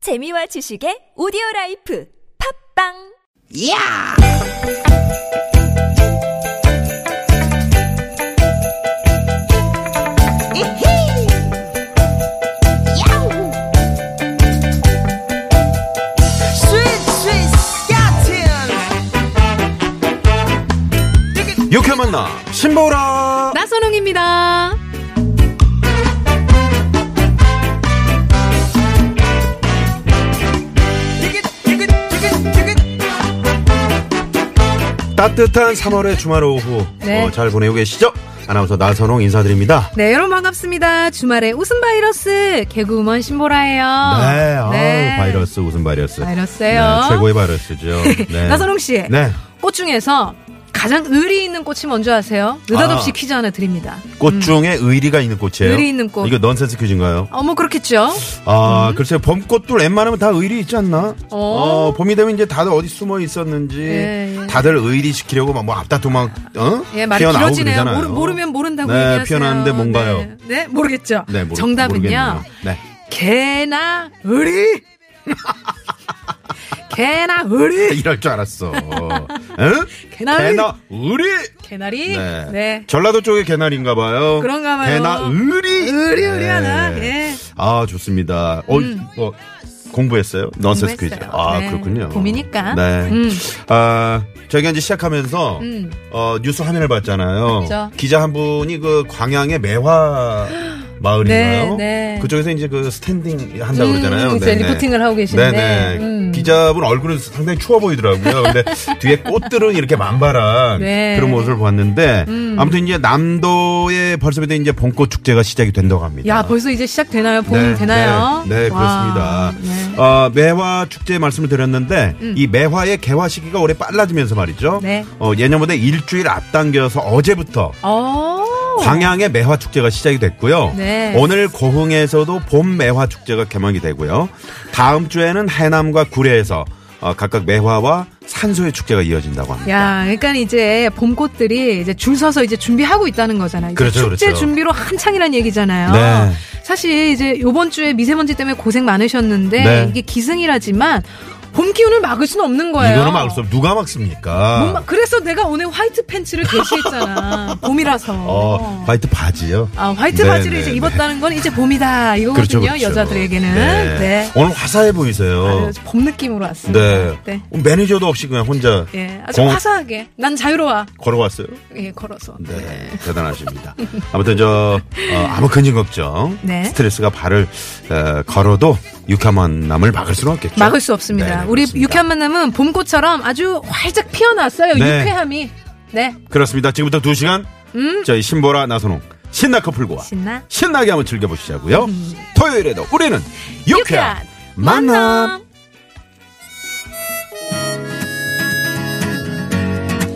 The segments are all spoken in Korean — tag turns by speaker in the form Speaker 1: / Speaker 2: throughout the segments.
Speaker 1: 재미와 지식의 오디오 라이프 팝빵
Speaker 2: 야! 이히! 야우! 스윗 스윗 야틴!
Speaker 3: 육회 만나 신보라
Speaker 4: 나선홍입니다.
Speaker 2: 티켓 티켓 티켓 티켓
Speaker 3: 따뜻한 3월의 주말 오후
Speaker 4: 네.
Speaker 3: 어, 잘 보내고 계시죠? 아나운서 나선홍 인사드립니다.
Speaker 4: 네, 여러분 반갑습니다. 주말에 웃음 바이러스 개그우먼 신보라예요.
Speaker 3: 네, 아우, 바이러스 웃음 바이러스.
Speaker 4: 어, 바이러스예요.
Speaker 3: 네, 최고의 바이러스죠. 네.
Speaker 4: 나선홍 씨,
Speaker 3: 네,
Speaker 4: 꽃 중에서 가장 의리 있는 꽃이 뭔지 아세요? 느닷없이
Speaker 3: 아.
Speaker 4: 퀴즈 하나 드립니다.
Speaker 3: 꽃 중에 의리가 있는 꽃이에요.
Speaker 4: 음. 의리 있는 꽃.
Speaker 3: 이거 넌센스 퀴즈인가요?
Speaker 4: 어머 뭐 그렇겠죠?
Speaker 3: 아, 글쎄 봄꽃도 웬만하면 다 의리 있지 않나?
Speaker 4: 어.
Speaker 3: 봄이 되면 이제 다들 어디 숨어 있었는지
Speaker 4: 예, 예.
Speaker 3: 다들 의리 지키려고 막뭐 앞다투막 어?
Speaker 4: 예, 말이
Speaker 3: 튀어나오고
Speaker 4: 길어지네요.
Speaker 3: 그러잖아요.
Speaker 4: 모르, 모르면 모른다고
Speaker 3: 네,
Speaker 4: 얘기하세요.
Speaker 3: 피어나는데 뭔가요?
Speaker 4: 네, 네, 모르겠죠.
Speaker 3: 네, 모르,
Speaker 4: 정답은요.
Speaker 3: 모르겠네요. 네.
Speaker 4: 개나 의리. 개나 의리.
Speaker 3: 이럴 줄 알았어. 응?
Speaker 4: 개나리.
Speaker 3: 개나 우리.
Speaker 4: 개나리.
Speaker 3: 네.
Speaker 4: 네.
Speaker 3: 전라도 쪽의 개나리인가 봐요.
Speaker 4: 그런가 봐요.
Speaker 3: 개나 의리. 네.
Speaker 4: 의리, 의리하나? 예.
Speaker 3: 아, 좋습니다. 어, 어, 공부했어요? 넌센스 퀴즈.
Speaker 4: 음. 공부했어요.
Speaker 3: 아,
Speaker 4: 네.
Speaker 3: 그렇군요.
Speaker 4: 봄이니까.
Speaker 3: 네.
Speaker 4: 음.
Speaker 3: 아, 저희가 이제 시작하면서,
Speaker 4: 음.
Speaker 3: 어, 뉴스 화면을 봤잖아요.
Speaker 4: 그렇죠.
Speaker 3: 기자 한 분이 그 광양의 매화 마을인가요?
Speaker 4: 네, 네.
Speaker 3: 그쪽에서 이제 그 스탠딩 한다고
Speaker 4: 음,
Speaker 3: 그러잖아요. 네,
Speaker 4: 이제 리포팅을 하고 계시는데.
Speaker 3: 네네.
Speaker 4: 음.
Speaker 3: 기자분 얼굴은 상당히 추워 보이더라고요. 근데 뒤에 꽃들은 이렇게 만발한
Speaker 4: 네. 음.
Speaker 3: 그런 모습을 봤는데 아무튼 이제 남도에 벌써부터 이제 봄꽃 축제가 시작이 된다고 합니다.
Speaker 4: 야, 벌써 이제 시작되나요? 봄
Speaker 3: 아. 네,
Speaker 4: 되나요?
Speaker 3: 네, 네,
Speaker 4: 와,
Speaker 3: 그렇습니다.
Speaker 4: 네. 음.
Speaker 3: 어, 매화 축제 말씀을 드렸는데 이 매화의 개화 시기가 올해 빨라지면서 말이죠.
Speaker 4: 네.
Speaker 3: 어, 예년보다 일주일 앞당겨서 어제부터
Speaker 4: 어.
Speaker 3: 광양의 매화 축제가 시작이 됐고요.
Speaker 4: 네.
Speaker 3: 오늘 고흥에서도 봄 매화 축제가 개막이 되고요. 다음 주에는 해남과 구례에서 어, 각각 매화와 산소의 축제가 이어진다고 합니다.
Speaker 4: 야, 그러니까 이제 봄꽃들이 이제 줄 서서 이제 준비하고 있다는 거잖아요. 이제
Speaker 3: 그렇죠,
Speaker 4: 축제
Speaker 3: 그렇죠.
Speaker 4: 준비로 한창이란 얘기잖아요.
Speaker 3: 네.
Speaker 4: 사실 이제 요번 주에 미세먼지 때문에 고생 많으셨는데
Speaker 3: 네.
Speaker 4: 이게 기승이라지만 봄 기운을 막을 수는 없는 거예요.
Speaker 3: 이거는 막을 수 없. 누가
Speaker 4: 못
Speaker 3: 막습니까?
Speaker 4: 막- 그래서 내가 오늘 화이트 팬츠를 게시했잖아. 봄이라서.
Speaker 3: 어, 화이트 바지요.
Speaker 4: 아, 화이트
Speaker 3: 네,
Speaker 4: 바지를
Speaker 3: 네,
Speaker 4: 이제
Speaker 3: 네. 그렇죠,
Speaker 4: 입었다는 건 이제 봄이다 이거거든요 어, 여자들에게는
Speaker 3: 네.
Speaker 4: 네.
Speaker 3: 오늘 화사해 보이세요.
Speaker 4: 아주 봄 느낌으로 왔습니다.
Speaker 3: 어. 네. 매니저도 없이 그냥 혼자
Speaker 4: 예, 아주
Speaker 3: 공-
Speaker 4: 화사하게. 난 자유로워.
Speaker 3: 걸어왔어요.
Speaker 4: 예, 걸어서.
Speaker 3: 네, 대단하십니다. 아무튼 저 어, 아무 근심 걱정,
Speaker 4: 네.
Speaker 3: 스트레스가 발을 어, 걸어도 유쾌한 만남을 막을 수는 없겠죠.
Speaker 4: 막을 수 없습니다.
Speaker 3: 네,
Speaker 4: 우리
Speaker 3: 그렇습니다.
Speaker 4: 유쾌한 만남은 봄꽃처럼 아주 활짝 피어났어요.
Speaker 3: 네.
Speaker 4: 유쾌함이. 네.
Speaker 3: 그렇습니다. 지금부터 두 시간 저희 신보라 나선홍 신나 커플과
Speaker 4: 음? 신나. 음.
Speaker 3: 신나게 한번 즐겨보시자고요. 토요일에도 우리는 유쾌한,
Speaker 4: 유쾌한
Speaker 3: 만남.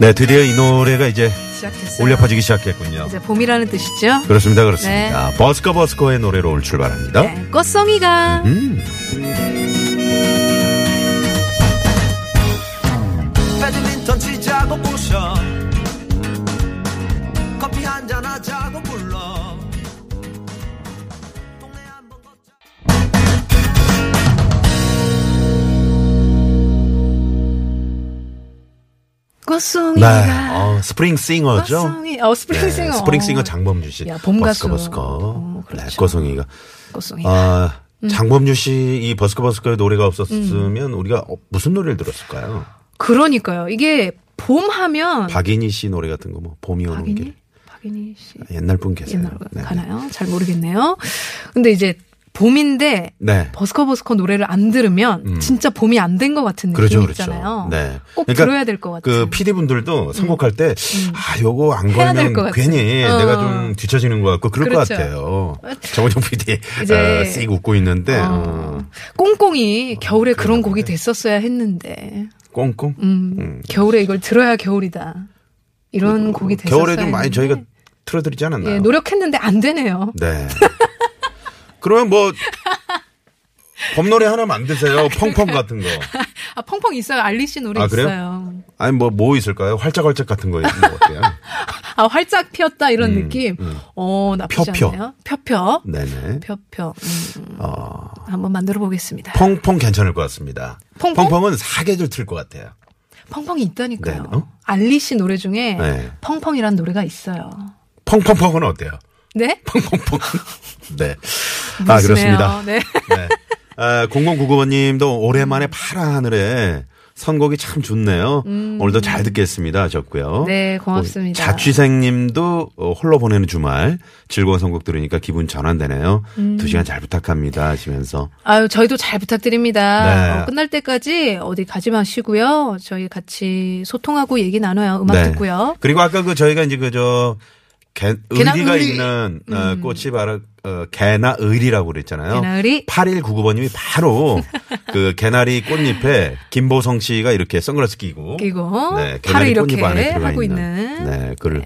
Speaker 3: 네, 드디어 이 노래가 이제
Speaker 4: 시작됐어요.
Speaker 3: 올려 퍼지기 시작했군요.
Speaker 4: 이제 봄이라는 뜻이죠.
Speaker 3: 그렇습니다, 그렇습니다. 버스커 버스커의 노래로 오늘 출발합니다.
Speaker 4: 네. 꽃송이가
Speaker 3: 음.
Speaker 5: 배드민턴 치자고 부셔 커피 한잔 하자고 불러 동네 한번 걷자
Speaker 3: 네,
Speaker 4: 꽃송이가
Speaker 3: 어, 스프링 싱어죠.
Speaker 4: 꽃송이. 어, 스프링싱어.
Speaker 3: 네, 스프링싱어 장범준 씨.
Speaker 4: 야, 봄 가수.
Speaker 3: 버스커 버스커.
Speaker 4: 어, 그렇죠. 네. 음.
Speaker 3: 네, 꼬송이가.
Speaker 4: 꽃송이가.
Speaker 3: 아, 장범준 씨 이 버스커 버스커의 노래가 없었으면
Speaker 4: 음.
Speaker 3: 우리가 어, 무슨 노래를 들었을까요?
Speaker 4: 그러니까요. 이게 봄 하면
Speaker 3: 박인희 씨 노래 같은 거 뭐 봄이 오는
Speaker 4: 박인희?
Speaker 3: 길.
Speaker 4: 박인희 씨
Speaker 3: 옛날 분 계세요.
Speaker 4: 옛날로
Speaker 3: 네, 네.
Speaker 4: 가나요? 잘 모르겠네요. 근데 이제 봄인데
Speaker 3: 네.
Speaker 4: 버스커 버스커 노래를 안 들으면 진짜 봄이 안 된 것 같은 느낌
Speaker 3: 음. 그렇죠,
Speaker 4: 이
Speaker 3: 그렇죠.
Speaker 4: 있잖아요.
Speaker 3: 네.
Speaker 4: 꼭
Speaker 3: 그러니까
Speaker 4: 들어야 될 것 같아요. 음.
Speaker 3: 그 PD 분들도 선곡할 때, 아, 요거 안
Speaker 4: 해야 될것
Speaker 3: 걸면
Speaker 4: 같아요.
Speaker 3: 괜히
Speaker 4: 어.
Speaker 3: 내가 좀 뒤처지는 것 같고 그럴
Speaker 4: 그렇죠.
Speaker 3: 것 같아요. 정은정 PD
Speaker 4: 이제-
Speaker 3: 어, 씩 웃고 있는데,
Speaker 4: 어,
Speaker 3: 어, 아,
Speaker 4: 꽁꽁이 겨울에 그런 곡이 됐었어야 했는데
Speaker 3: 꽁꽁.
Speaker 4: 음, 겨울에 이걸 들어야 겨울이다 이런 곡이
Speaker 3: 음,
Speaker 4: 됐었어야
Speaker 3: 겨울에 좀 많이 저희가
Speaker 4: 했는데
Speaker 3: 틀어드리지 않았나요?
Speaker 4: 네. 예, 노력했는데 안 되네요.
Speaker 3: 네. 그러면 뭐, 봄노래 하나 만드세요. 펑펑 같은 거.
Speaker 4: 아 펑펑 있어요. 알리 씨 노래
Speaker 3: 아, 그래요?
Speaker 4: 있어요.
Speaker 3: 아니, 뭐, 뭐 있을까요? 활짝활짝 같은 거 있는 것 같아요. 뭐
Speaker 4: 아 활짝 피었다 이런 느낌. 어 나쁘지
Speaker 3: 음, 펴펴.
Speaker 4: 않네요. 펴펴.
Speaker 3: 네네.
Speaker 4: 펴펴. 음, 음.
Speaker 3: 어,
Speaker 4: 한번 만들어 보겠습니다.
Speaker 3: 펑펑 괜찮을 것 같습니다.
Speaker 4: 펑펑?
Speaker 3: 은 사계절 틀 것 같아요.
Speaker 4: 펑펑이 있다니까요.
Speaker 3: 네, 어?
Speaker 4: 알리 씨 노래 중에
Speaker 3: 네.
Speaker 4: 펑펑이란 노래가 있어요.
Speaker 3: 펑펑펑은 어때요?
Speaker 4: 네?
Speaker 3: 펑펑펑. 네. 아,
Speaker 4: 무심해요.
Speaker 3: 그렇습니다.
Speaker 4: 네.
Speaker 3: 네. 아, 0099번님도 오랜만에 파란 하늘에 선곡이 참 좋네요. 오늘도 잘 듣겠습니다. 하셨고요.
Speaker 4: 음. 네, 고맙습니다.
Speaker 3: 자취생님도 어, 홀로 보내는 주말 즐거운 선곡 들으니까 기분 전환되네요.
Speaker 4: 음.
Speaker 3: 두 시간 잘 부탁합니다. 하시면서
Speaker 4: 아유, 저희도 잘 부탁드립니다.
Speaker 3: 네.
Speaker 4: 어, 끝날 때까지 어디 가지 마시고요. 저희 같이 소통하고 얘기 나눠요. 음악 듣고요.
Speaker 3: 네. 그리고 아까 그 저희가 이제 그저
Speaker 4: 개나
Speaker 3: 의리가
Speaker 4: 의리. 음.
Speaker 3: 있는 어, 꽃이 바로 어, 개나 의리라고 그랬잖아요.
Speaker 4: 개나 의리.
Speaker 3: 8199번님이 바로 그 개나리 꽃잎에 김보성 씨가 이렇게 선글라스 끼고
Speaker 4: 끼고
Speaker 3: 네,
Speaker 4: 팔을
Speaker 3: 개나리
Speaker 4: 이렇게
Speaker 3: 꽃잎 안에 들어가
Speaker 4: 하고
Speaker 3: 있는,
Speaker 4: 있는.
Speaker 3: 네, 그를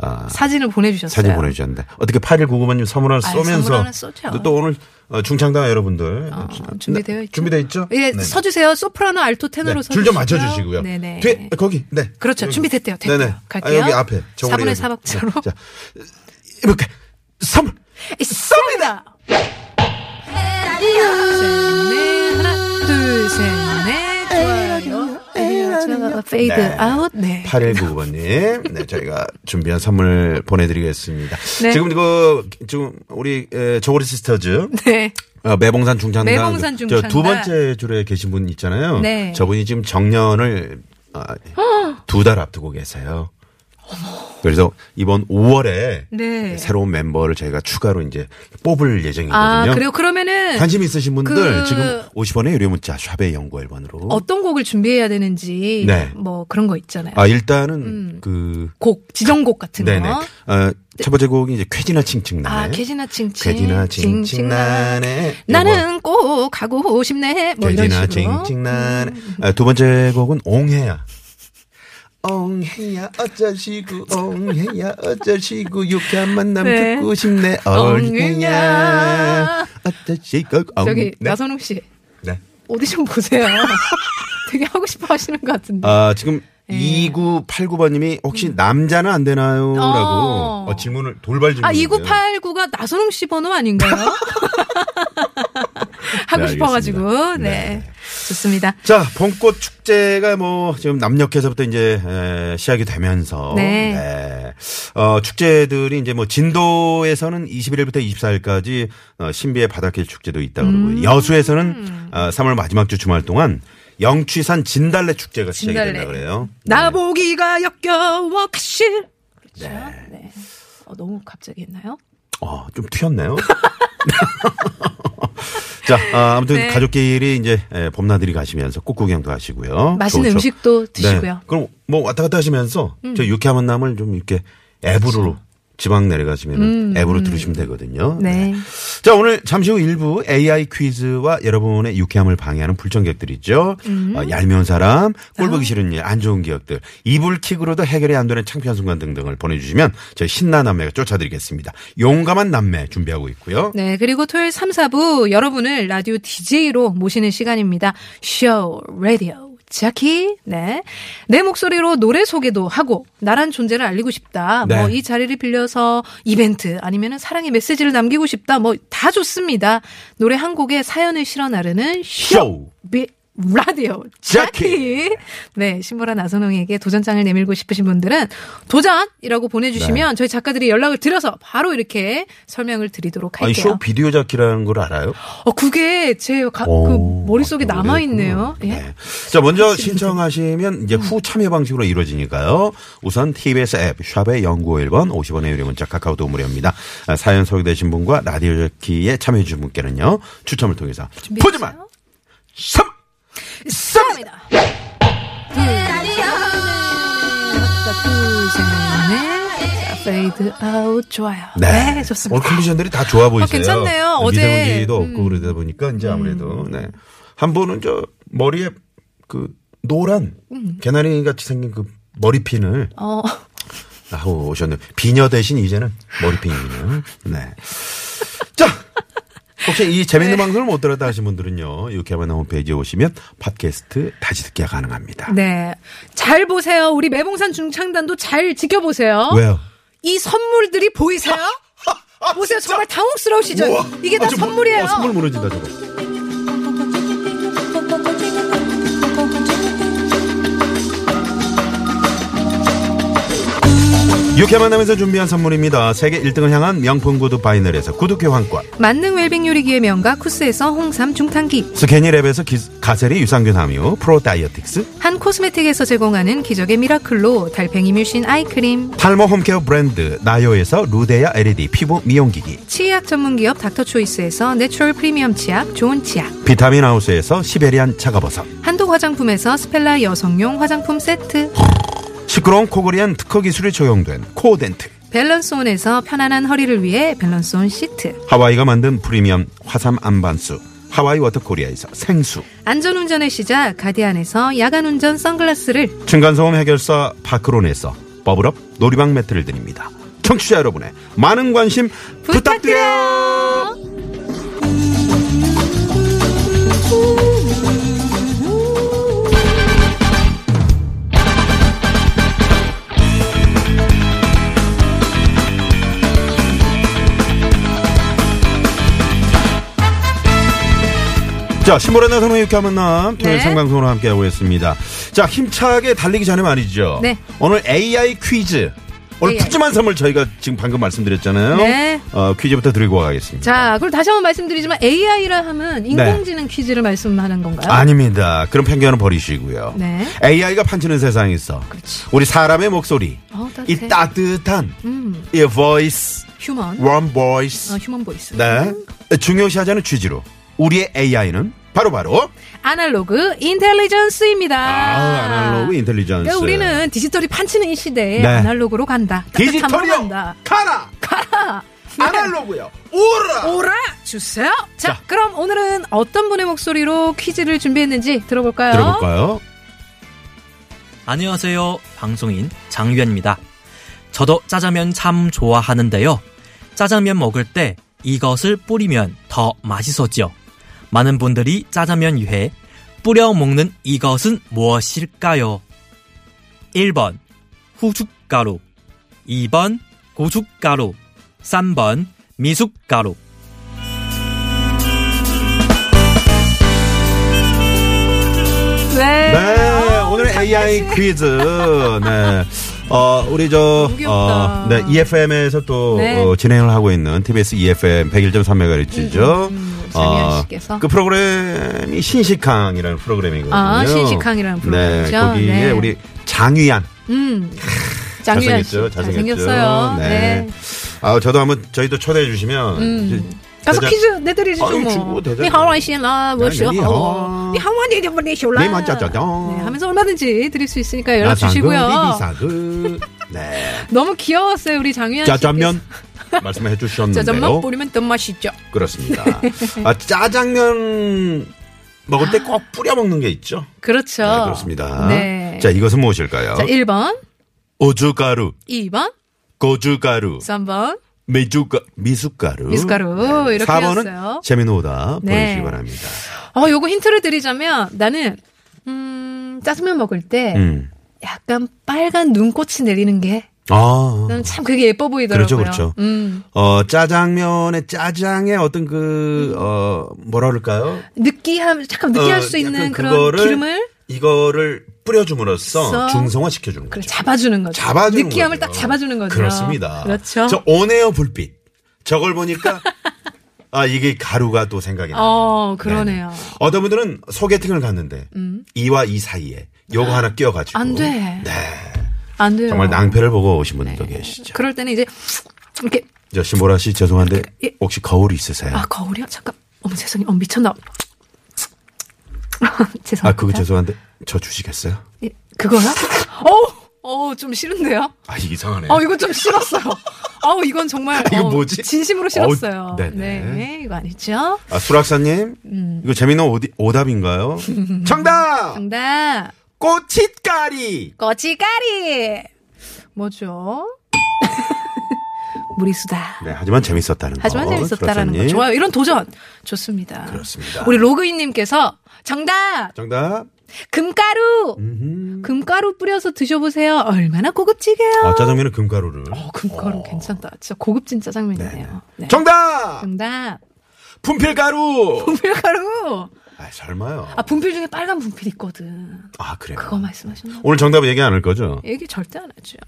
Speaker 3: 아,
Speaker 4: 사진을 보내주셨어요.
Speaker 3: 사진 보내주셨는데 어떻게 8199번님 선물 하나
Speaker 4: 아이,
Speaker 3: 쏘면서
Speaker 4: 선물 하나 쏘죠.
Speaker 3: 또 오늘 어, 중창단 여러분들 네,
Speaker 4: 어, 준비되어 있죠.
Speaker 3: 준비되어 있죠?
Speaker 4: 예,
Speaker 3: 네.
Speaker 4: 서주세요. 소프라노, 알토, 테너로
Speaker 3: 네,
Speaker 4: 서주세요.
Speaker 3: 줄좀 맞춰주시고요.
Speaker 4: 네네.
Speaker 3: 뒤에 거기 네.
Speaker 4: 그렇죠.
Speaker 3: 여기.
Speaker 4: 준비됐대요. 됐대요.
Speaker 3: 네네.
Speaker 4: 갈게요.
Speaker 3: 아, 여기 앞에 저거
Speaker 4: 사분의
Speaker 3: 여기.
Speaker 4: 사박자로.
Speaker 3: 네. 자 이렇게 선물
Speaker 4: 있습니다. 셋넷 하나 둘셋넷 좋아요. 좋아요. 페이드
Speaker 3: 네.
Speaker 4: 아웃 네.
Speaker 3: 8199번님, 네, 저희가 준비한 선물 보내드리겠습니다.
Speaker 4: 네.
Speaker 3: 지금 그, 지금 우리, 에, 저고리 시스터즈.
Speaker 4: 네.
Speaker 3: 어, 매봉산 중창단.
Speaker 4: 매봉산
Speaker 3: 그, 저
Speaker 4: 중창단.
Speaker 3: 두 번째 줄에 계신 분 있잖아요.
Speaker 4: 네.
Speaker 3: 저분이 지금 정년을 어, 두 달 앞두고 계세요. 그래서 이번 5월에
Speaker 4: 네.
Speaker 3: 새로운 멤버를 저희가 추가로 이제 뽑을 예정이거든요.
Speaker 4: 아 그리고 그러면은
Speaker 3: 관심 있으신 분들
Speaker 4: 그-
Speaker 3: 지금 50원의 유료 문자 샵의 연구 1번으로
Speaker 4: 어떤 곡을 준비해야 되는지
Speaker 3: 네.
Speaker 4: 뭐 그런 거 있잖아요.
Speaker 3: 아 일단은 그
Speaker 4: 곡 지정곡 음. 같은
Speaker 3: 네네.
Speaker 4: 거.
Speaker 3: 어, 첫 번째 곡이 이제 쾌지나 칭칭나네.
Speaker 4: 아, 캐지나 칭칭.
Speaker 3: 쾌지나 칭칭나네.
Speaker 4: 나는 꼭 가고 싶네. 뭐 이런
Speaker 3: 쾌지나
Speaker 4: 식으로.
Speaker 3: 칭칭나네. 아, 두 번째 곡은 옹해야. 옹해야 어쩌시고 옹해야 어쩌시고 유쾌한 만남
Speaker 4: 네.
Speaker 3: 듣고 싶네
Speaker 4: 옹해야.
Speaker 3: 옹해야 어쩌시고 옹
Speaker 4: 저기
Speaker 3: 네.
Speaker 4: 나선홍 씨
Speaker 3: 네.
Speaker 4: 오디션 보세요. 되게 하고 싶어 하시는 것 같은데.
Speaker 3: 아, 지금
Speaker 4: 네.
Speaker 3: 2989번님이 혹시 남자는 안 되나요?
Speaker 4: 음. 어.
Speaker 3: 라고 어, 질문을 돌발 질문.
Speaker 4: 아, 2989가 나선홍 씨 번호 아닌가요? 하고
Speaker 3: 네,
Speaker 4: 싶어가지고,
Speaker 3: 알겠습니다.
Speaker 4: 네.
Speaker 3: 네.
Speaker 4: 좋습니다.
Speaker 3: 자, 봄꽃 축제가 뭐 지금 남녘에서부터 이제 에, 시작이 되면서
Speaker 4: 네.
Speaker 3: 네. 어, 축제들이 이제 뭐 진도에서는 21일부터 24일까지 어, 신비의 바닷길 축제도 있다 그러고
Speaker 4: 음.
Speaker 3: 여수에서는 어, 3월 마지막 주 주말 동안 영취산 진달래 축제가 시작이
Speaker 4: 진달래.
Speaker 3: 된다 그래요.
Speaker 4: 나보기가 역겨워, 가실. 네. 그렇죠. 네. 어, 너무 갑자기 했나요?
Speaker 3: 어, 좀 튀었네요. 자, 아, 아무튼
Speaker 4: 네.
Speaker 3: 가족끼리 이제 에, 봄나들이 가시면서 꽃 구경도 하시고요.
Speaker 4: 맛있는
Speaker 3: 좋은 추억.
Speaker 4: 음식도 드시고요. 음.
Speaker 3: 그럼 뭐 왔다 갔다 하시면서 저 유쾌한 만남을 좀 이렇게 앱으로 지방 내려가시면 앱으로 들으시면 되거든요.
Speaker 4: 그렇죠. 음, 네.
Speaker 3: 자, 오늘 잠시 후 일부 AI 퀴즈와 여러분의 유쾌함을 방해하는 불청객들이죠.
Speaker 4: 음.
Speaker 3: 어, 얄미운 사람,
Speaker 4: 아.
Speaker 3: 꼴보기 싫은 일, 안 좋은 기억들, 이불킥으로도 해결이 안 되는 창피한 순간 등등을 보내주시면 저희 신나 남매가 쫓아드리겠습니다. 용감한 남매 준비하고 있고요.
Speaker 4: 네, 그리고 토요일 3, 4부 여러분을 라디오 DJ로 모시는 시간입니다. 쇼, 라디오. 자키, 네. 내 목소리로 노래 소개도 하고, 나란 존재를 알리고 싶다.
Speaker 3: 네.
Speaker 4: 뭐, 이 자리를 빌려서 이벤트, 아니면은 사랑의 메시지를 남기고 싶다. 뭐, 다 좋습니다. 노래 한 곡에 사연을 실어 나르는 쇼!
Speaker 3: 쇼!
Speaker 4: 비- 라디오 자키 네 신보라 나선홍에게 도전장을 내밀고 싶으신 분들은 도전이라고 보내주시면 저희 작가들이 연락을 드려서 바로 이렇게 설명을 드리도록
Speaker 3: 아니,
Speaker 4: 네, 할게요.
Speaker 3: 쇼 비디오 잡기라는 걸 알아요?
Speaker 4: 어, 그게 제 가,
Speaker 3: 오,
Speaker 4: 그 머릿속에
Speaker 3: 아,
Speaker 4: 남아있네요. 예.
Speaker 3: 그러겠구나. 네. 자, 먼저 신청하시면 이제 후 참여 방식으로 이루어지니까요. 우선 TBS 앱, 샵의 0951번, 50원의 유료 문자, 카카오도 무료입니다. 아, 사연 소개되신 분과 라디오 저키에 참여해주신 분께는요. 추첨을 통해서 푸짐한 선
Speaker 4: 쏩니다. 페이드 아웃 좋아요. 네, 좋습니다.
Speaker 3: 오늘 컨디션들이 다 좋아 보이세요.
Speaker 4: 괜찮네요. 어제. 음.
Speaker 3: 미세먼지도 없고 그러다 보니까 이제 아무래도 네. 한 분은 저 머리에 그 노란
Speaker 4: 음.
Speaker 3: 개나리 같이 생긴 그 머리핀을
Speaker 4: 어,
Speaker 3: 하고 오셨네요. 비녀 대신 이제는 머리핀이군요. 네. 자! 혹시 이 재밌는
Speaker 4: 네.
Speaker 3: 방송을 못 들었다 하신 분들은요, 유쾌한 홈페이지에 오시면 팟캐스트 다시 듣기가 가능합니다.
Speaker 4: 네. 잘 보세요. 우리 매봉산 중창단도 잘 지켜보세요.
Speaker 3: 왜요?
Speaker 4: 이 선물들이 보이세요? 보세요. 정말 당혹스러우시죠?
Speaker 3: 우와.
Speaker 4: 이게 다
Speaker 3: 아, 저 물-
Speaker 4: 선물이에요.
Speaker 3: 어, 선물 무너진다, 저거. 육회 만나면서 준비한 선물입니다. 세계 1등을 향한 명품 구두 바이널에서 구두 교환권.
Speaker 4: 만능 웰빙 요리기의 명가 쿠스에서 홍삼 중탕기
Speaker 3: 스케니랩에서 기- 가세리 유산균 함유 프로 다이어틱스.
Speaker 4: 한 코스메틱에서 제공하는 기적의 미라클로 달팽이 뮤신 아이크림
Speaker 3: 탈모 홈케어 브랜드 나요에서 루데야 LED 피부 미용기기.
Speaker 4: 치약 전문기업 닥터초이스에서 내추럴 프리미엄 치약 좋은 치약
Speaker 3: 비타민 하우스에서 시베리안 차가버섯.
Speaker 4: 한독 화장품에서 스펠라 여성용 화장품 세트
Speaker 3: 시끄러운 코골이엔 특허 기술이 적용된 코어덴트.
Speaker 4: 밸런스온에서 편안한 허리를 위해 밸런스온 시트
Speaker 3: 하와이가 만든 프리미엄 화삼 안반수. 하와이 워터코리아에서 생수.
Speaker 4: 안전운전의 시작 가디안에서 야간운전 선글라스를
Speaker 3: 층간소음 해결사 파크론에서 버블업 놀이방 매트를 드립니다. 청취자 여러분의 많은 관심 부탁드려요. 자, 신보라 나선호 육회 만남 토요일
Speaker 4: 네.
Speaker 3: 생방송으로 함께하고 있습니다. 자, 힘차게 달리기 전에 말이죠.
Speaker 4: 네.
Speaker 3: 오늘 AI 퀴즈. 오늘
Speaker 4: AI.
Speaker 3: 푸짐한 선물 저희가 지금 방금 말씀드렸잖아요.
Speaker 4: 네.
Speaker 3: 어, 퀴즈부터 드리고 가겠습니다.
Speaker 4: 자, 그럼 다시 한번 말씀드리지만 AI라 하면
Speaker 3: 네.
Speaker 4: 인공지능 퀴즈를 말씀하는 건가요?
Speaker 3: 아닙니다. 그런 편견은 버리시고요.
Speaker 4: 네.
Speaker 3: AI가 판치는 세상에서
Speaker 4: 그렇지.
Speaker 3: 우리 사람의 목소리,
Speaker 4: 어, 따뜻해.
Speaker 3: 이 따뜻한
Speaker 4: 음,
Speaker 3: 이 voice,
Speaker 4: 휴먼.
Speaker 3: one voice,
Speaker 4: 어, 휴먼 보이스.
Speaker 3: 네, 중요시하자는 취지로 우리의 AI는 바로바로
Speaker 4: 아날로그 인텔리전스입니다.
Speaker 3: 아, 아날로그 인텔리전스.
Speaker 4: 그러니까 우리는 디지털이 판치는 이 시대에
Speaker 3: 네.
Speaker 4: 아날로그로 간다. 따뜻함으로
Speaker 3: 디지털이요
Speaker 4: 간다.
Speaker 3: 가라
Speaker 4: 가라.
Speaker 3: 아날로그요 오라
Speaker 4: 오라 주세요. 자,
Speaker 3: 자.
Speaker 4: 그럼 오늘은 어떤 분의 목소리로 퀴즈를 준비했는지 들어볼까요?
Speaker 3: 네. 들어볼까요?
Speaker 6: 안녕하세요. 방송인 장유현입니다. 저도 짜장면 참 좋아하는데요. 짜장면 먹을 때 이것을 뿌리면 더 맛있었죠. 많은 분들이 짜장면 유해 뿌려 먹는 이것은 무엇일까요? 1번 후춧가루 2번 고춧가루 3번 미숫가루
Speaker 4: 네. 아,
Speaker 3: 네 오늘 AI 퀴즈 네. 어, 우리 저,
Speaker 4: 너무 귀엽다.
Speaker 3: 어, 네, EFM에서 또,
Speaker 4: 네.
Speaker 3: 어, 진행을 하고 있는 E TBS EFM
Speaker 4: 음,
Speaker 3: 101.3MHz죠.
Speaker 4: 장유현 씨께서.
Speaker 3: 그 프로그램이 신식항이라는 프로그램이거든요.
Speaker 4: 아, 신식항이라는
Speaker 3: 네,
Speaker 4: 프로그램이죠.
Speaker 3: 거기에
Speaker 4: 네.
Speaker 3: 우리 장위안.
Speaker 4: 음. 장유현 씨.
Speaker 3: 잘생겼죠? 잘생겼죠?
Speaker 4: 잘생겼어요.
Speaker 3: 네.
Speaker 4: 네.
Speaker 3: 아, 저도 한번 저희도 초대해 주시면.
Speaker 4: 음. 가서
Speaker 3: 대단-
Speaker 4: 퀴즈 내드리지
Speaker 3: 아유,
Speaker 4: 좀
Speaker 3: 주고
Speaker 4: 뭐.
Speaker 3: 대단해.
Speaker 4: 니하와이시엔라 워쇼. 어.
Speaker 3: 네, 니하오.
Speaker 4: 니하와이시엔라
Speaker 3: 네, 맞자자자.
Speaker 4: 네, 하면서 얼마든지 드릴 수 있으니까 연락
Speaker 3: 나상그,
Speaker 4: 주시고요.
Speaker 3: 비비상그. 네.
Speaker 4: 너무 귀여웠어요 우리 장유현 씨.
Speaker 3: 짜장면 네. 말씀해
Speaker 4: 짜장면
Speaker 3: 주셨는데요.
Speaker 4: 뿌리면 뭐- 네. 더 맛있죠.
Speaker 3: 그렇습니다. 아, 짜장면 먹을 때 꼭 뿌려 먹는 게 있죠.
Speaker 4: 그렇죠.
Speaker 3: 네, 그렇습니다.
Speaker 4: 네.
Speaker 3: 자, 이것은 무엇일까요?
Speaker 4: 자, 1번,
Speaker 3: 오주가루,
Speaker 4: 2번,
Speaker 3: 고주가루,
Speaker 4: 3번,
Speaker 3: 미주가 미숫가루. 네.
Speaker 4: 미숫가루 이렇게
Speaker 3: 4번은
Speaker 4: 했어요.
Speaker 3: 재미있는 오답
Speaker 4: 네.
Speaker 3: 보내주시기 바랍니다.
Speaker 4: 어, 요거 힌트를 드리자면 나는 음, 짜장면 먹을 때
Speaker 3: 음.
Speaker 4: 약간 빨간 눈꽃이 내리는 게
Speaker 3: 아.
Speaker 4: 저는 참 그게 예뻐
Speaker 3: 그렇죠,
Speaker 4: 보이더라고요.
Speaker 3: 그렇죠.
Speaker 4: 음,
Speaker 3: 어, 짜장면의 짜장의 어떤 그, 어, 뭐라 그럴까요?
Speaker 4: 느끼함, 잠깐 느끼할
Speaker 3: 어,
Speaker 4: 수
Speaker 3: 약간
Speaker 4: 있는 그런
Speaker 3: 그거를
Speaker 4: 기름을
Speaker 3: 이거를 뿌려줌으로써
Speaker 4: 써.
Speaker 3: 중성화 시켜주는 거죠.
Speaker 4: 그래, 잡아주는 거죠.
Speaker 3: 잡아주는
Speaker 4: 느끼함을
Speaker 3: 거죠.
Speaker 4: 딱 잡아주는 거죠.
Speaker 3: 그렇습니다.
Speaker 4: 그렇죠.
Speaker 3: 저 온에어 불빛. 저걸 보니까 아 이게 가루가 또 생각이 나요.
Speaker 4: 어, 그러네요.
Speaker 3: 어떤 분들은 소개팅을 갔는데 이와 이 사이에 요거 하나 끼워가지고
Speaker 4: 음. 아. 안 돼.
Speaker 3: 네.
Speaker 4: 안 돼요.
Speaker 3: 정말 낭패를 보고 오신 분들도 계시죠.
Speaker 4: 네. 그럴 때는 이제 이렇게
Speaker 3: 저 신보라 씨 죄송한데
Speaker 4: 예.
Speaker 3: 혹시 거울이 있으세요?
Speaker 4: 아
Speaker 3: 아,
Speaker 4: 거울이야? 잠깐. 어머 세상에, 어 미쳤나? 죄송합니다.
Speaker 3: 아, 그거 죄송한데 저 주시겠어요?
Speaker 4: 예, 그거요? 어, 어, 좀 싫은데요?
Speaker 3: 아 이게 이상하네.
Speaker 4: 어, 이거 좀 싫었어요. 아우, 이건 정말.
Speaker 3: 이거
Speaker 4: 어,
Speaker 3: 뭐지?
Speaker 4: 진심으로 싫었어요.
Speaker 3: 어,
Speaker 4: 네,
Speaker 3: 네네.
Speaker 4: 이거 아니죠?
Speaker 3: 아, 수락사님
Speaker 4: 음.
Speaker 3: 이거 재미있는 오디- 오답인가요? 정답
Speaker 4: 정답.
Speaker 3: 꼬칫가리.
Speaker 4: 거지가리. 뭐죠? 무리수다.
Speaker 3: 네 하지만 재밌었다는 거.
Speaker 4: 하지만 재밌었다라는 거
Speaker 3: 수락사님.
Speaker 4: 좋아요. 이런 도전 좋습니다.
Speaker 3: 어, 그렇습니다.
Speaker 4: 우리 로그인님께서 정답
Speaker 3: 정답. 음.
Speaker 4: 금가루 금가루 뿌려서 드셔보세요. 얼마나 고급지게요.
Speaker 3: 아, 짜장면은 금가루를.
Speaker 4: 어, 금가루 괜찮다. 진짜 고급진 짜장면이네요. 네.
Speaker 3: 정답!
Speaker 4: 정답.
Speaker 3: 분필가루!
Speaker 4: 분필가루.
Speaker 3: 아, 설마요.
Speaker 4: 아 분필 중에 빨간 분필 있거든.
Speaker 3: 아, 그래요?
Speaker 4: 그거 말씀하셨나?
Speaker 3: 오늘 정답 얘기 안 할 거죠?
Speaker 4: 얘기 절대 안 하죠.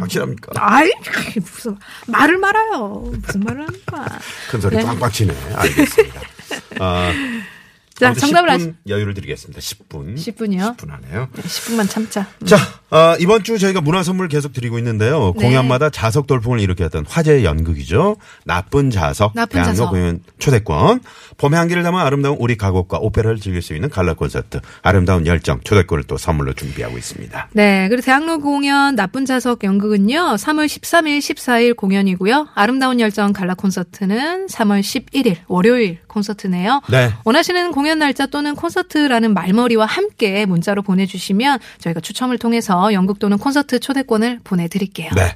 Speaker 3: 확실합니까?
Speaker 4: 음. 아이 무슨 말을 말아요. 무슨 말을 합니까?
Speaker 3: 큰 소리
Speaker 4: 네.
Speaker 3: 빵빵 치네. 알겠습니다. 아,
Speaker 4: 자,
Speaker 3: 아무튼
Speaker 4: 정답을
Speaker 3: 10분
Speaker 4: 아시
Speaker 3: 여유를 드리겠습니다. 10분.
Speaker 4: 10분이요.
Speaker 3: 10분 안에요.
Speaker 4: 10분만 참자. 음.
Speaker 3: 자, 아, 이번 주 저희가 문화 선물 계속 드리고 있는데요.
Speaker 4: 네.
Speaker 3: 공연마다 자석 돌풍을 일으켰던 화제의 연극이죠. 나쁜 자석,
Speaker 4: 나쁜
Speaker 3: 대한민국
Speaker 4: 자석.
Speaker 3: 공연 초대권, 봄의 향기를 담아 아름다운 우리 가곡과 오페라를 즐길 수 있는 갈라 콘서트, 아름다운 열정 초대권을 또 선물로 준비하고 있습니다.
Speaker 4: 네, 그리고 대학로 공연 나쁜 자석 연극은요, 3월 13일, 14일 공연이고요. 아름다운 열정 갈라 콘서트는 3월 11일 월요일 콘서트네요.
Speaker 3: 네.
Speaker 4: 원하시는 공연 날짜 또는 콘서트라는 말머리와 함께 문자로 보내주시면 저희가 추첨을 통해서 연극 또는 콘서트 초대권을 보내드릴게요.
Speaker 3: 네.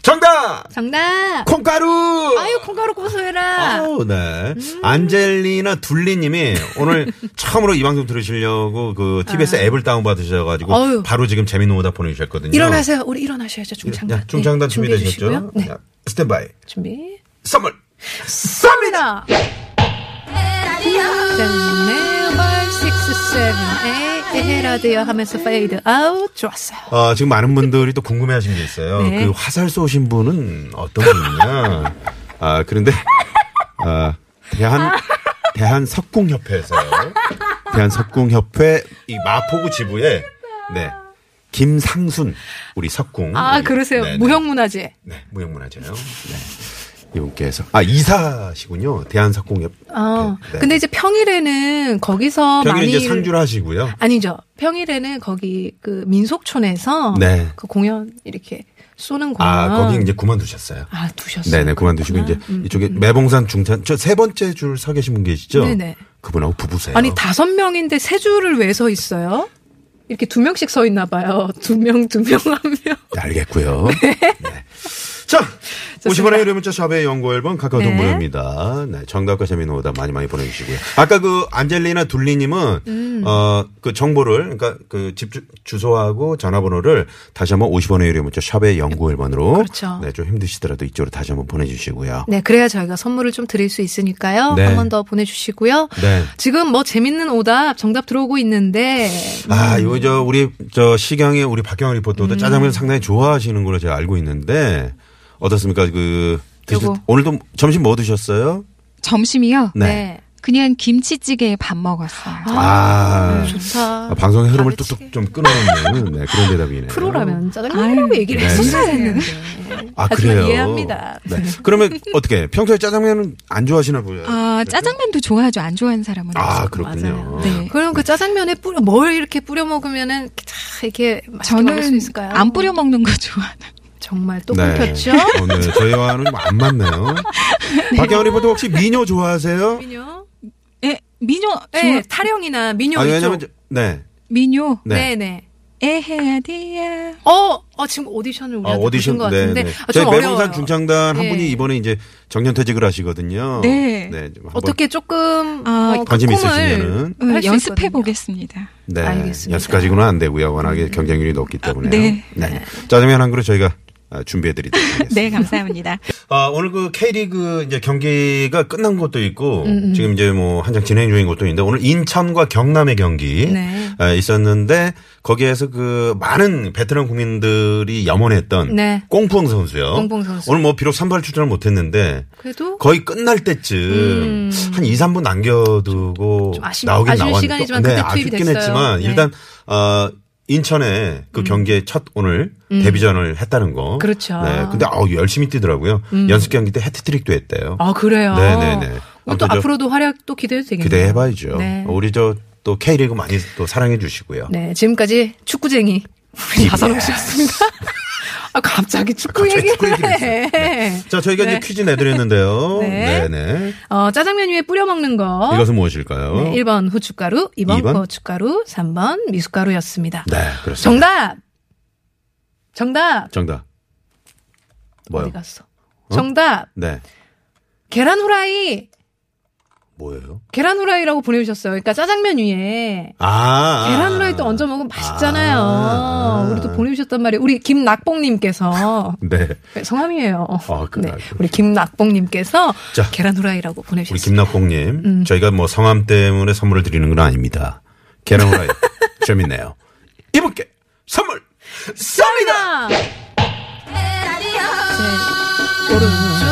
Speaker 3: 정답!
Speaker 4: 정답.
Speaker 3: 콩가루!
Speaker 4: 아유 콩가루 음. 고소해라.
Speaker 3: 아우, 네. 안젤리나 둘리님이 오늘 처음으로 이 방송 들으시려고 그 TBS 앱을 다운받으셔가지고
Speaker 4: 아. 아유.
Speaker 3: 바로 지금 재밌는 오다 보내주셨거든요.
Speaker 4: 일어나세요. 우리 일어나셔야죠. 중장단.
Speaker 3: 야, 예, 중장단
Speaker 4: 네,
Speaker 3: 준비되셨죠?
Speaker 4: 준비해주시고요. 네,
Speaker 3: 야, 스탠바이.
Speaker 4: 준비.
Speaker 3: 선물!
Speaker 4: 쏩니다. 네, 에헤라디어 하면서 페이드 아웃 좋았어요.
Speaker 3: 어, 지금 많은 분들이 또 궁금해 하신 게 있어요.
Speaker 4: 네.
Speaker 3: 그 화살 쏘신 분은 어떤 분이냐. 아, 그런데, 아, 대한, 대한석궁협회에서, 대한석궁협회 이 마포구 지부에, 네. 김상순, 우리 석궁.
Speaker 4: 아
Speaker 3: 우리,
Speaker 4: 그러세요.
Speaker 3: 네, 네.
Speaker 4: 무형문화재.
Speaker 3: 네, 무형문화재요. 네. 이분께서. 아, 이사시군요. 대한석궁협.
Speaker 4: 아
Speaker 3: 네.
Speaker 4: 근데 이제 평일에는 거기서
Speaker 3: 평일에
Speaker 4: 많이
Speaker 3: 이제 상주를 하시고요.
Speaker 4: 아니죠. 평일에는 거기 그 민속촌에서
Speaker 3: 네.
Speaker 4: 그 공연 이렇게 쏘는 공연.
Speaker 3: 아, 거기 이제 그만두셨어요.
Speaker 4: 아 두셨어요.
Speaker 3: 네네 그만두시고 이제
Speaker 4: 음,
Speaker 3: 이쪽에 매봉산 중산 저 세 번째 줄 서 계신 분 계시죠?
Speaker 4: 네네.
Speaker 3: 그분하고 부부세요.
Speaker 4: 아니 다섯 명인데 세 줄을 왜 서 있어요? 이렇게 두 명씩 서 있나 봐요. 두 명, 두 명, 한 명.
Speaker 3: 네, 알겠고요. 네. 자, 50원의 유료 문자 샵의 연구 앨범 카카오톡
Speaker 4: 네.
Speaker 3: 무료입니다. 네, 정답과 재미있는 오답 많이 많이 보내주시고요. 아까 그 안젤리나 둘리님은
Speaker 4: 음.
Speaker 3: 어 그 정보를 그러니까 그 집 주소하고 전화번호를 다시 한번 50원의 유료 문자 샵의 연구 앨범으로
Speaker 4: 그렇죠.
Speaker 3: 네, 좀 힘드시더라도 이쪽으로 다시 한번 보내주시고요.
Speaker 4: 네, 그래야 저희가 선물을 좀 드릴 수 있으니까요.
Speaker 3: 네.
Speaker 4: 한 번 더 보내주시고요.
Speaker 3: 네.
Speaker 4: 지금 뭐 재밌는 오답 정답 들어오고 있는데
Speaker 3: 아, 이거 저 우리 저 시경의 우리 박경아
Speaker 4: 음.
Speaker 3: 리포터도 짜장면 상당히 좋아하시는 걸로 제가 알고 있는데 어떻습니까? 그 드시,
Speaker 4: 요거.
Speaker 3: 오늘도 점심 뭐 드셨어요?
Speaker 7: 점심이요?
Speaker 3: 네.
Speaker 7: 그냥 김치찌개에 밥 먹었어요.
Speaker 3: 아,
Speaker 4: 좋다.
Speaker 3: 아, 방송의 흐름을
Speaker 4: 다르지.
Speaker 3: 뚝뚝 좀 끊어놓는 네, 그런 대답이네요.
Speaker 4: 프로라면 짜장면이라고 얘기를
Speaker 3: 네.
Speaker 4: 했었어야 했는데.
Speaker 3: 아,
Speaker 4: 하지만
Speaker 3: 그래요.
Speaker 4: 이해합니다.
Speaker 3: 네. 그러면 어떻게 평소에 짜장면은 안 좋아하시나 보여요.
Speaker 7: 아,
Speaker 4: 네.
Speaker 7: 짜장면도 좋아하죠. 안 좋아하는 사람은.
Speaker 3: 아,
Speaker 7: 없어요.
Speaker 3: 그렇군요.
Speaker 7: 네.
Speaker 4: 그럼 그 짜장면에 뿌려 뭘 이렇게 뿌려 먹으면은 다 이렇게 맛있게 먹을 수
Speaker 7: 저는
Speaker 4: 있을까요?
Speaker 7: 안 뿌려 먹는 거 좋아하는.
Speaker 4: 정말 또
Speaker 3: 네.
Speaker 4: 뽑혔죠.
Speaker 3: 어, 네. 저희와는 좀안 맞네요. 박경아 리포터 혹시 미녀 좋아하세요?
Speaker 4: 민요.
Speaker 7: 예, 미녀,
Speaker 4: 네,
Speaker 7: 예,
Speaker 4: 타령이나 민요
Speaker 3: 아,
Speaker 4: 이쪽.
Speaker 3: 왜냐면 저- 네.
Speaker 7: 미녀.
Speaker 3: 네.
Speaker 4: 네, 네.
Speaker 7: 에헤아디야.
Speaker 4: 어, 어 지금 오디션을 우리가
Speaker 3: 아, 오디션
Speaker 4: 오디션, 것 같은데 아,
Speaker 3: 저희
Speaker 4: 좀
Speaker 3: 매봉산
Speaker 4: 어려워요.
Speaker 3: 중창단 한
Speaker 4: 예.
Speaker 3: 분이 이번에 이제 정년퇴직을 하시거든요.
Speaker 7: 네.
Speaker 3: 좀 한번,
Speaker 4: 어떻게 조금
Speaker 7: 아,
Speaker 4: 어,
Speaker 3: 관심
Speaker 4: 각공을 네,
Speaker 3: 있으시면은.
Speaker 4: 할수
Speaker 7: 연습해
Speaker 4: 있거든요.
Speaker 7: 보겠습니다.
Speaker 3: 네.
Speaker 4: 알겠습니다. 음.
Speaker 3: 연습까지는 안 되고요. 워낙에 경쟁률이 높기 때문에.
Speaker 7: 네.
Speaker 3: 짜장면 한 그릇 저희가 아, 준비해드리도록 하겠습니다.
Speaker 7: 네, 감사합니다.
Speaker 3: 아, 오늘 그 K리그 이제 경기가 끝난 것도
Speaker 4: 음,
Speaker 3: 있고 지금 이제 뭐 한창 진행 중인 것도 있는데 오늘 인천과 경남의 경기
Speaker 4: 네.
Speaker 3: 아, 있었는데 거기에서 그 많은 베테랑 국민들이 염원했던
Speaker 4: 네.
Speaker 3: 꽁푸엉 선수요.
Speaker 4: 꽁푸엉 선수.
Speaker 3: 오늘 뭐 비록 선발 출전을 못했는데
Speaker 4: 그래도
Speaker 3: 거의 끝날 때쯤 한 2, 3분 남겨두고
Speaker 4: 음. 좀 아쉽-
Speaker 3: 나오긴
Speaker 4: 아쉬운
Speaker 3: 나왔는데
Speaker 4: 시간이지만
Speaker 3: 네,
Speaker 4: 그때 투입이
Speaker 3: 아쉽긴
Speaker 4: 됐어요.
Speaker 3: 했지만
Speaker 4: 네. 음.
Speaker 3: 일단 어 인천에 그 경기에 첫 오늘 데뷔전을 했다는 거.
Speaker 4: 그렇죠. 음.
Speaker 3: 네. 근데 아우 열심히 뛰더라고요. 연습 경기 때 해트트릭도 했대요.
Speaker 4: 아 그래요.
Speaker 3: 네, 네, 네.
Speaker 4: 그럼 또
Speaker 3: 아무튼 저-
Speaker 4: 앞으로도 활약 또 기대해도 되겠네요.
Speaker 3: 기대해 봐야죠.
Speaker 4: 네.
Speaker 3: 우리 저 또 K리그 많이 또 사랑해 주시고요.
Speaker 4: 네, 지금까지 축구쟁이 우리 나선홍 씨였습니다. 아 갑자기 축구
Speaker 3: 예. 갑자기 축구
Speaker 4: 얘기를
Speaker 3: 얘기를
Speaker 4: 해.
Speaker 3: 자, 저희가
Speaker 4: 네.
Speaker 3: 이제 퀴즈 내드렸는데요. 네,
Speaker 4: 네.
Speaker 3: 네.
Speaker 4: 어, 짜장면 위에 뿌려 먹는 거.
Speaker 3: 이것은 무엇일까요?
Speaker 4: 네, 1번 후춧가루, 2번,
Speaker 3: 이 번?
Speaker 4: 고춧가루, 3번 미숫가루였습니다.
Speaker 3: 네, 그렇습니다.
Speaker 4: 정답. 정답.
Speaker 3: 정답. 뭐요?
Speaker 4: 어디 갔어? 정답.
Speaker 3: 네.
Speaker 4: 계란 후라이.
Speaker 3: 뭐예요?
Speaker 4: 계란 후라이라고 보내주셨어요. 그러니까 짜장면 위에
Speaker 3: 아.
Speaker 4: 계란 후라이 또 얹어 먹으면 맛있잖아요.
Speaker 3: 아.
Speaker 4: 우리 또 보내주셨단 말이에요. 우리 김낙봉님께서
Speaker 3: 네.
Speaker 4: 성함이에요.
Speaker 3: 아, 그,
Speaker 4: 네,
Speaker 3: 아, 그.
Speaker 4: 우리 김낙봉님께서
Speaker 3: 자.
Speaker 4: 계란 후라이라고
Speaker 3: 우리
Speaker 4: 보내주셨어요.
Speaker 3: 김낙봉님,
Speaker 4: 음.
Speaker 3: 저희가 뭐 성함 때문에 선물을 드리는 건 아닙니다. 계란 후라이 재밌네요. 이분께 선물 쏩니다.
Speaker 4: 아, 오른쪽,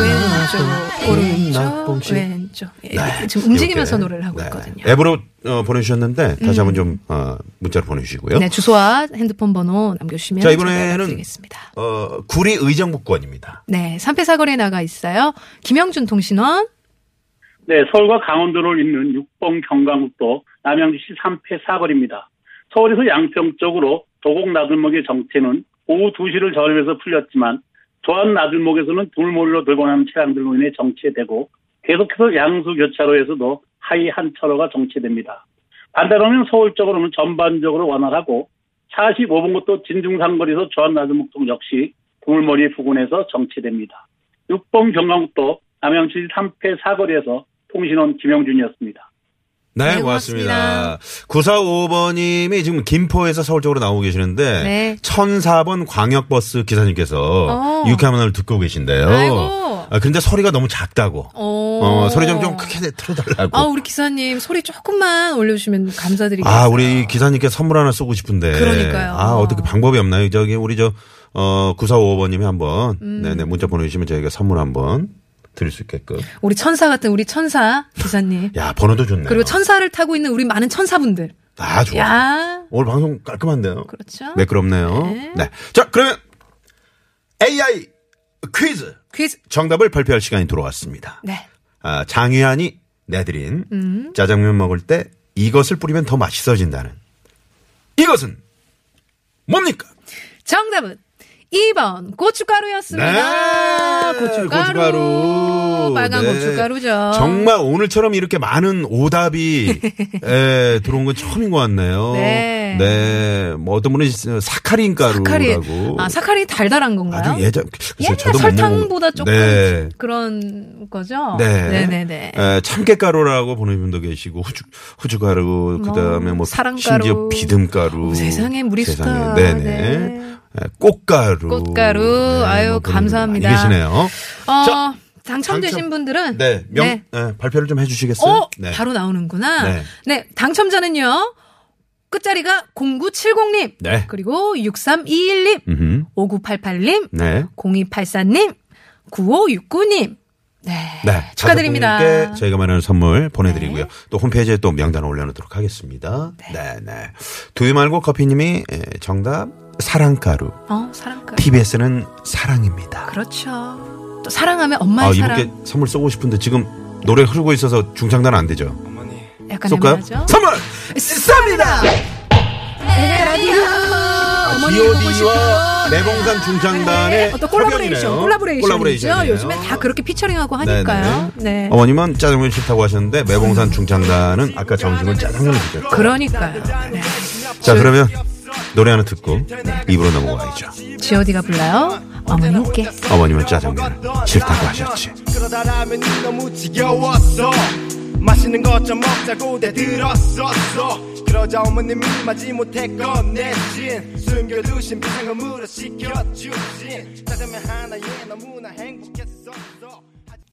Speaker 4: 네, 왼쪽, 오른쪽,
Speaker 3: 아, 뽕씨.
Speaker 4: 왼쪽. 예,
Speaker 3: 네.
Speaker 4: 지금 움직이면서
Speaker 3: 이렇게.
Speaker 4: 노래를 하고
Speaker 3: 네.
Speaker 4: 있거든요. 음.
Speaker 3: 앱으로 어, 보내주셨는데 다시 한번 좀 어, 문자로 보내주시고요.
Speaker 4: 네, 주소와 핸드폰 번호 남겨주시면
Speaker 3: 자, 이번에는-
Speaker 4: 전화를 드리겠습니다.
Speaker 3: 어, 구리 의정부권입니다.
Speaker 4: 네, 삼패사거리에 나가 있어요. 김영준 통신원.
Speaker 8: 네, 서울과 강원도를 잇는 6번 경강북도 남양주시 삼패 사거리입니다. 서울에서 양평 쪽으로 도곡 나들목의 정체는 오후 2시를 저렴해서 풀렸지만 조한 나들목에서는 돌몰로 들고 나는 차량들로 인해 정체되고 계속해서 양수 교차로에서도 하이 한 차로가 정체됩니다. 반대로는 서울 쪽으로는 전반적으로 원활하고 45분부터 진중산거리에서 조한 나들목 동 역시 돌몰리 부근에서 정체됩니다. 6번 경강북도 남양시 삼패 사거리에서 통신원 김영준이었습니다.
Speaker 3: 네,
Speaker 4: 네,
Speaker 3: 고맙습니다. 9455번님이 지금 김포에서 서울 쪽으로 나오고 계시는데
Speaker 4: 네.
Speaker 3: 1004번 광역버스 기사님께서
Speaker 4: 어.
Speaker 3: 유쾌한 만을 듣고 계신데요.
Speaker 4: 네. 아이고.
Speaker 3: 아, 근데 소리가 너무 작다고.
Speaker 4: 어,
Speaker 3: 어, 소리 좀, 좀 크게 틀어달라고.
Speaker 4: 아, 우리 기사님 소리 조금만 올려주시면 감사드리겠습니다.
Speaker 3: 아, 우리 기사님께 선물 하나 쏘고 싶은데.
Speaker 4: 어, 그러니까요.
Speaker 3: 아, 어떻게 방법이 없나요? 저기, 우리 저, 어, 9455번님이 한 번,
Speaker 4: 음.
Speaker 3: 네네, 문자 보내주시면 저희가 선물 한번 드릴 수 있게끔.
Speaker 4: 우리 천사 같은 우리 천사 기사님.
Speaker 3: 야, 번호도 좋네요.
Speaker 4: 그리고 천사를 타고 있는 우리 많은 천사분들.
Speaker 3: 아, 좋아.
Speaker 4: 야,
Speaker 3: 오늘 방송 깔끔한데요?
Speaker 4: 그렇죠.
Speaker 3: 매끄럽네요. 네.
Speaker 4: 네.
Speaker 3: 자, 그러면 AI 퀴즈
Speaker 4: 퀴즈.
Speaker 3: 정답을 발표할 시간이 돌아왔습니다.
Speaker 4: 네.
Speaker 3: 아, 장유한이 내드린
Speaker 4: 음.
Speaker 3: 짜장면 먹을 때 이것을 뿌리면 더 맛있어진다는 이것은 뭡니까?
Speaker 4: 정답은 2번 고춧가루였습니다. 고춧가루. 빨간
Speaker 3: 네.
Speaker 4: 고춧가루죠.
Speaker 3: 정말 오늘처럼 이렇게 많은 오답이 에, 들어온 건 처음인 것 같네요.
Speaker 4: 네.
Speaker 3: 네. 뭐 어떤 분은 사카린 가루라고.
Speaker 4: 사카린. 아, 사카린 달달한 건가요?
Speaker 3: 아주 예전 글쎄요,
Speaker 4: 옛날
Speaker 3: 저도 못
Speaker 4: 설탕보다
Speaker 3: 먹은-
Speaker 4: 조금
Speaker 3: 네.
Speaker 4: 그런 거죠?
Speaker 3: 네.
Speaker 4: 네네네.
Speaker 3: 에, 참깨가루라고 보내는 분도 계시고 후추 후추가루 그다음에 뭐
Speaker 4: 사랑가루.
Speaker 3: 심지어 비듬가루
Speaker 4: 어머, 세상에, 물이 수다.
Speaker 3: 네네
Speaker 4: 네.
Speaker 3: 에, 예, 꽃가루
Speaker 4: 꽃가루. 아유,
Speaker 3: 뭐 보내는 분
Speaker 4: 감사합니다.
Speaker 3: 많이 계시네요
Speaker 4: 어,
Speaker 3: 자,
Speaker 4: 당첨되신
Speaker 3: 당첨.
Speaker 4: 분들은
Speaker 3: 네명 예,
Speaker 4: 네.
Speaker 3: 발표를 좀 해주시겠어요?
Speaker 4: 어,
Speaker 3: 네.
Speaker 4: 바로 나오는구나.
Speaker 3: 네.
Speaker 4: 네. 당첨자는요. 끝자리가 0970님,
Speaker 3: 네.
Speaker 4: 그리고 6321님,
Speaker 3: 음흠.
Speaker 4: 5988님,
Speaker 3: 네.
Speaker 4: 0284님, 9569님. 네.
Speaker 3: 네,
Speaker 4: 축하드립니다. 네.
Speaker 3: 자석분께 저희가 마련한 선물 보내드리고요. 또 홈페이지에 또 명단을 올려놓도록 하겠습니다. 네, 네. 두유 말고 커피님이 에, 정답 사랑가루.
Speaker 4: 어, 사랑가.
Speaker 3: TBS는 사랑입니다.
Speaker 4: 그렇죠. 또 사랑하면 엄마의
Speaker 3: 아,
Speaker 4: 사랑.
Speaker 3: 이분께 선물 쏘고 싶은데 지금 노래 흐르고 있어서 중장단 안 되죠.
Speaker 4: 약간
Speaker 3: 쏠까요?
Speaker 4: 애매하죠?
Speaker 3: 선물 쏩니다.
Speaker 4: 네,
Speaker 3: 아, G.O.D와 매봉산 중장단의
Speaker 4: 어, 또
Speaker 3: 협연이네요.
Speaker 4: 콜라보레이션, 콜라보레이션이죠.
Speaker 3: 콜라보레이션이네요.
Speaker 4: 요즘에 다 그렇게 피처링하고 하니까요.
Speaker 3: 네네.
Speaker 4: 네.
Speaker 3: 어머님은 짜장면 싫다고 하셨는데 매봉산 중장단은 아까 점심은 짜장면을 드셨죠.
Speaker 4: 그러니까요. 네.
Speaker 3: 자 그러면 노래 하나 듣고 입으로 넘어가야죠.
Speaker 4: G.O.D가 불러요. 어머니 올게.
Speaker 3: 어머님은 짜장면을 싫다고 하셨지.
Speaker 9: 그러다 라면이 너무 지겨웠어 맛있는 것 좀 먹자고 대들었었어 그러자 어머님이 마지못해 꺼내신 숨겨두신 비상금으로 시켜주신 짜장면 하나에 너무나 행복했었어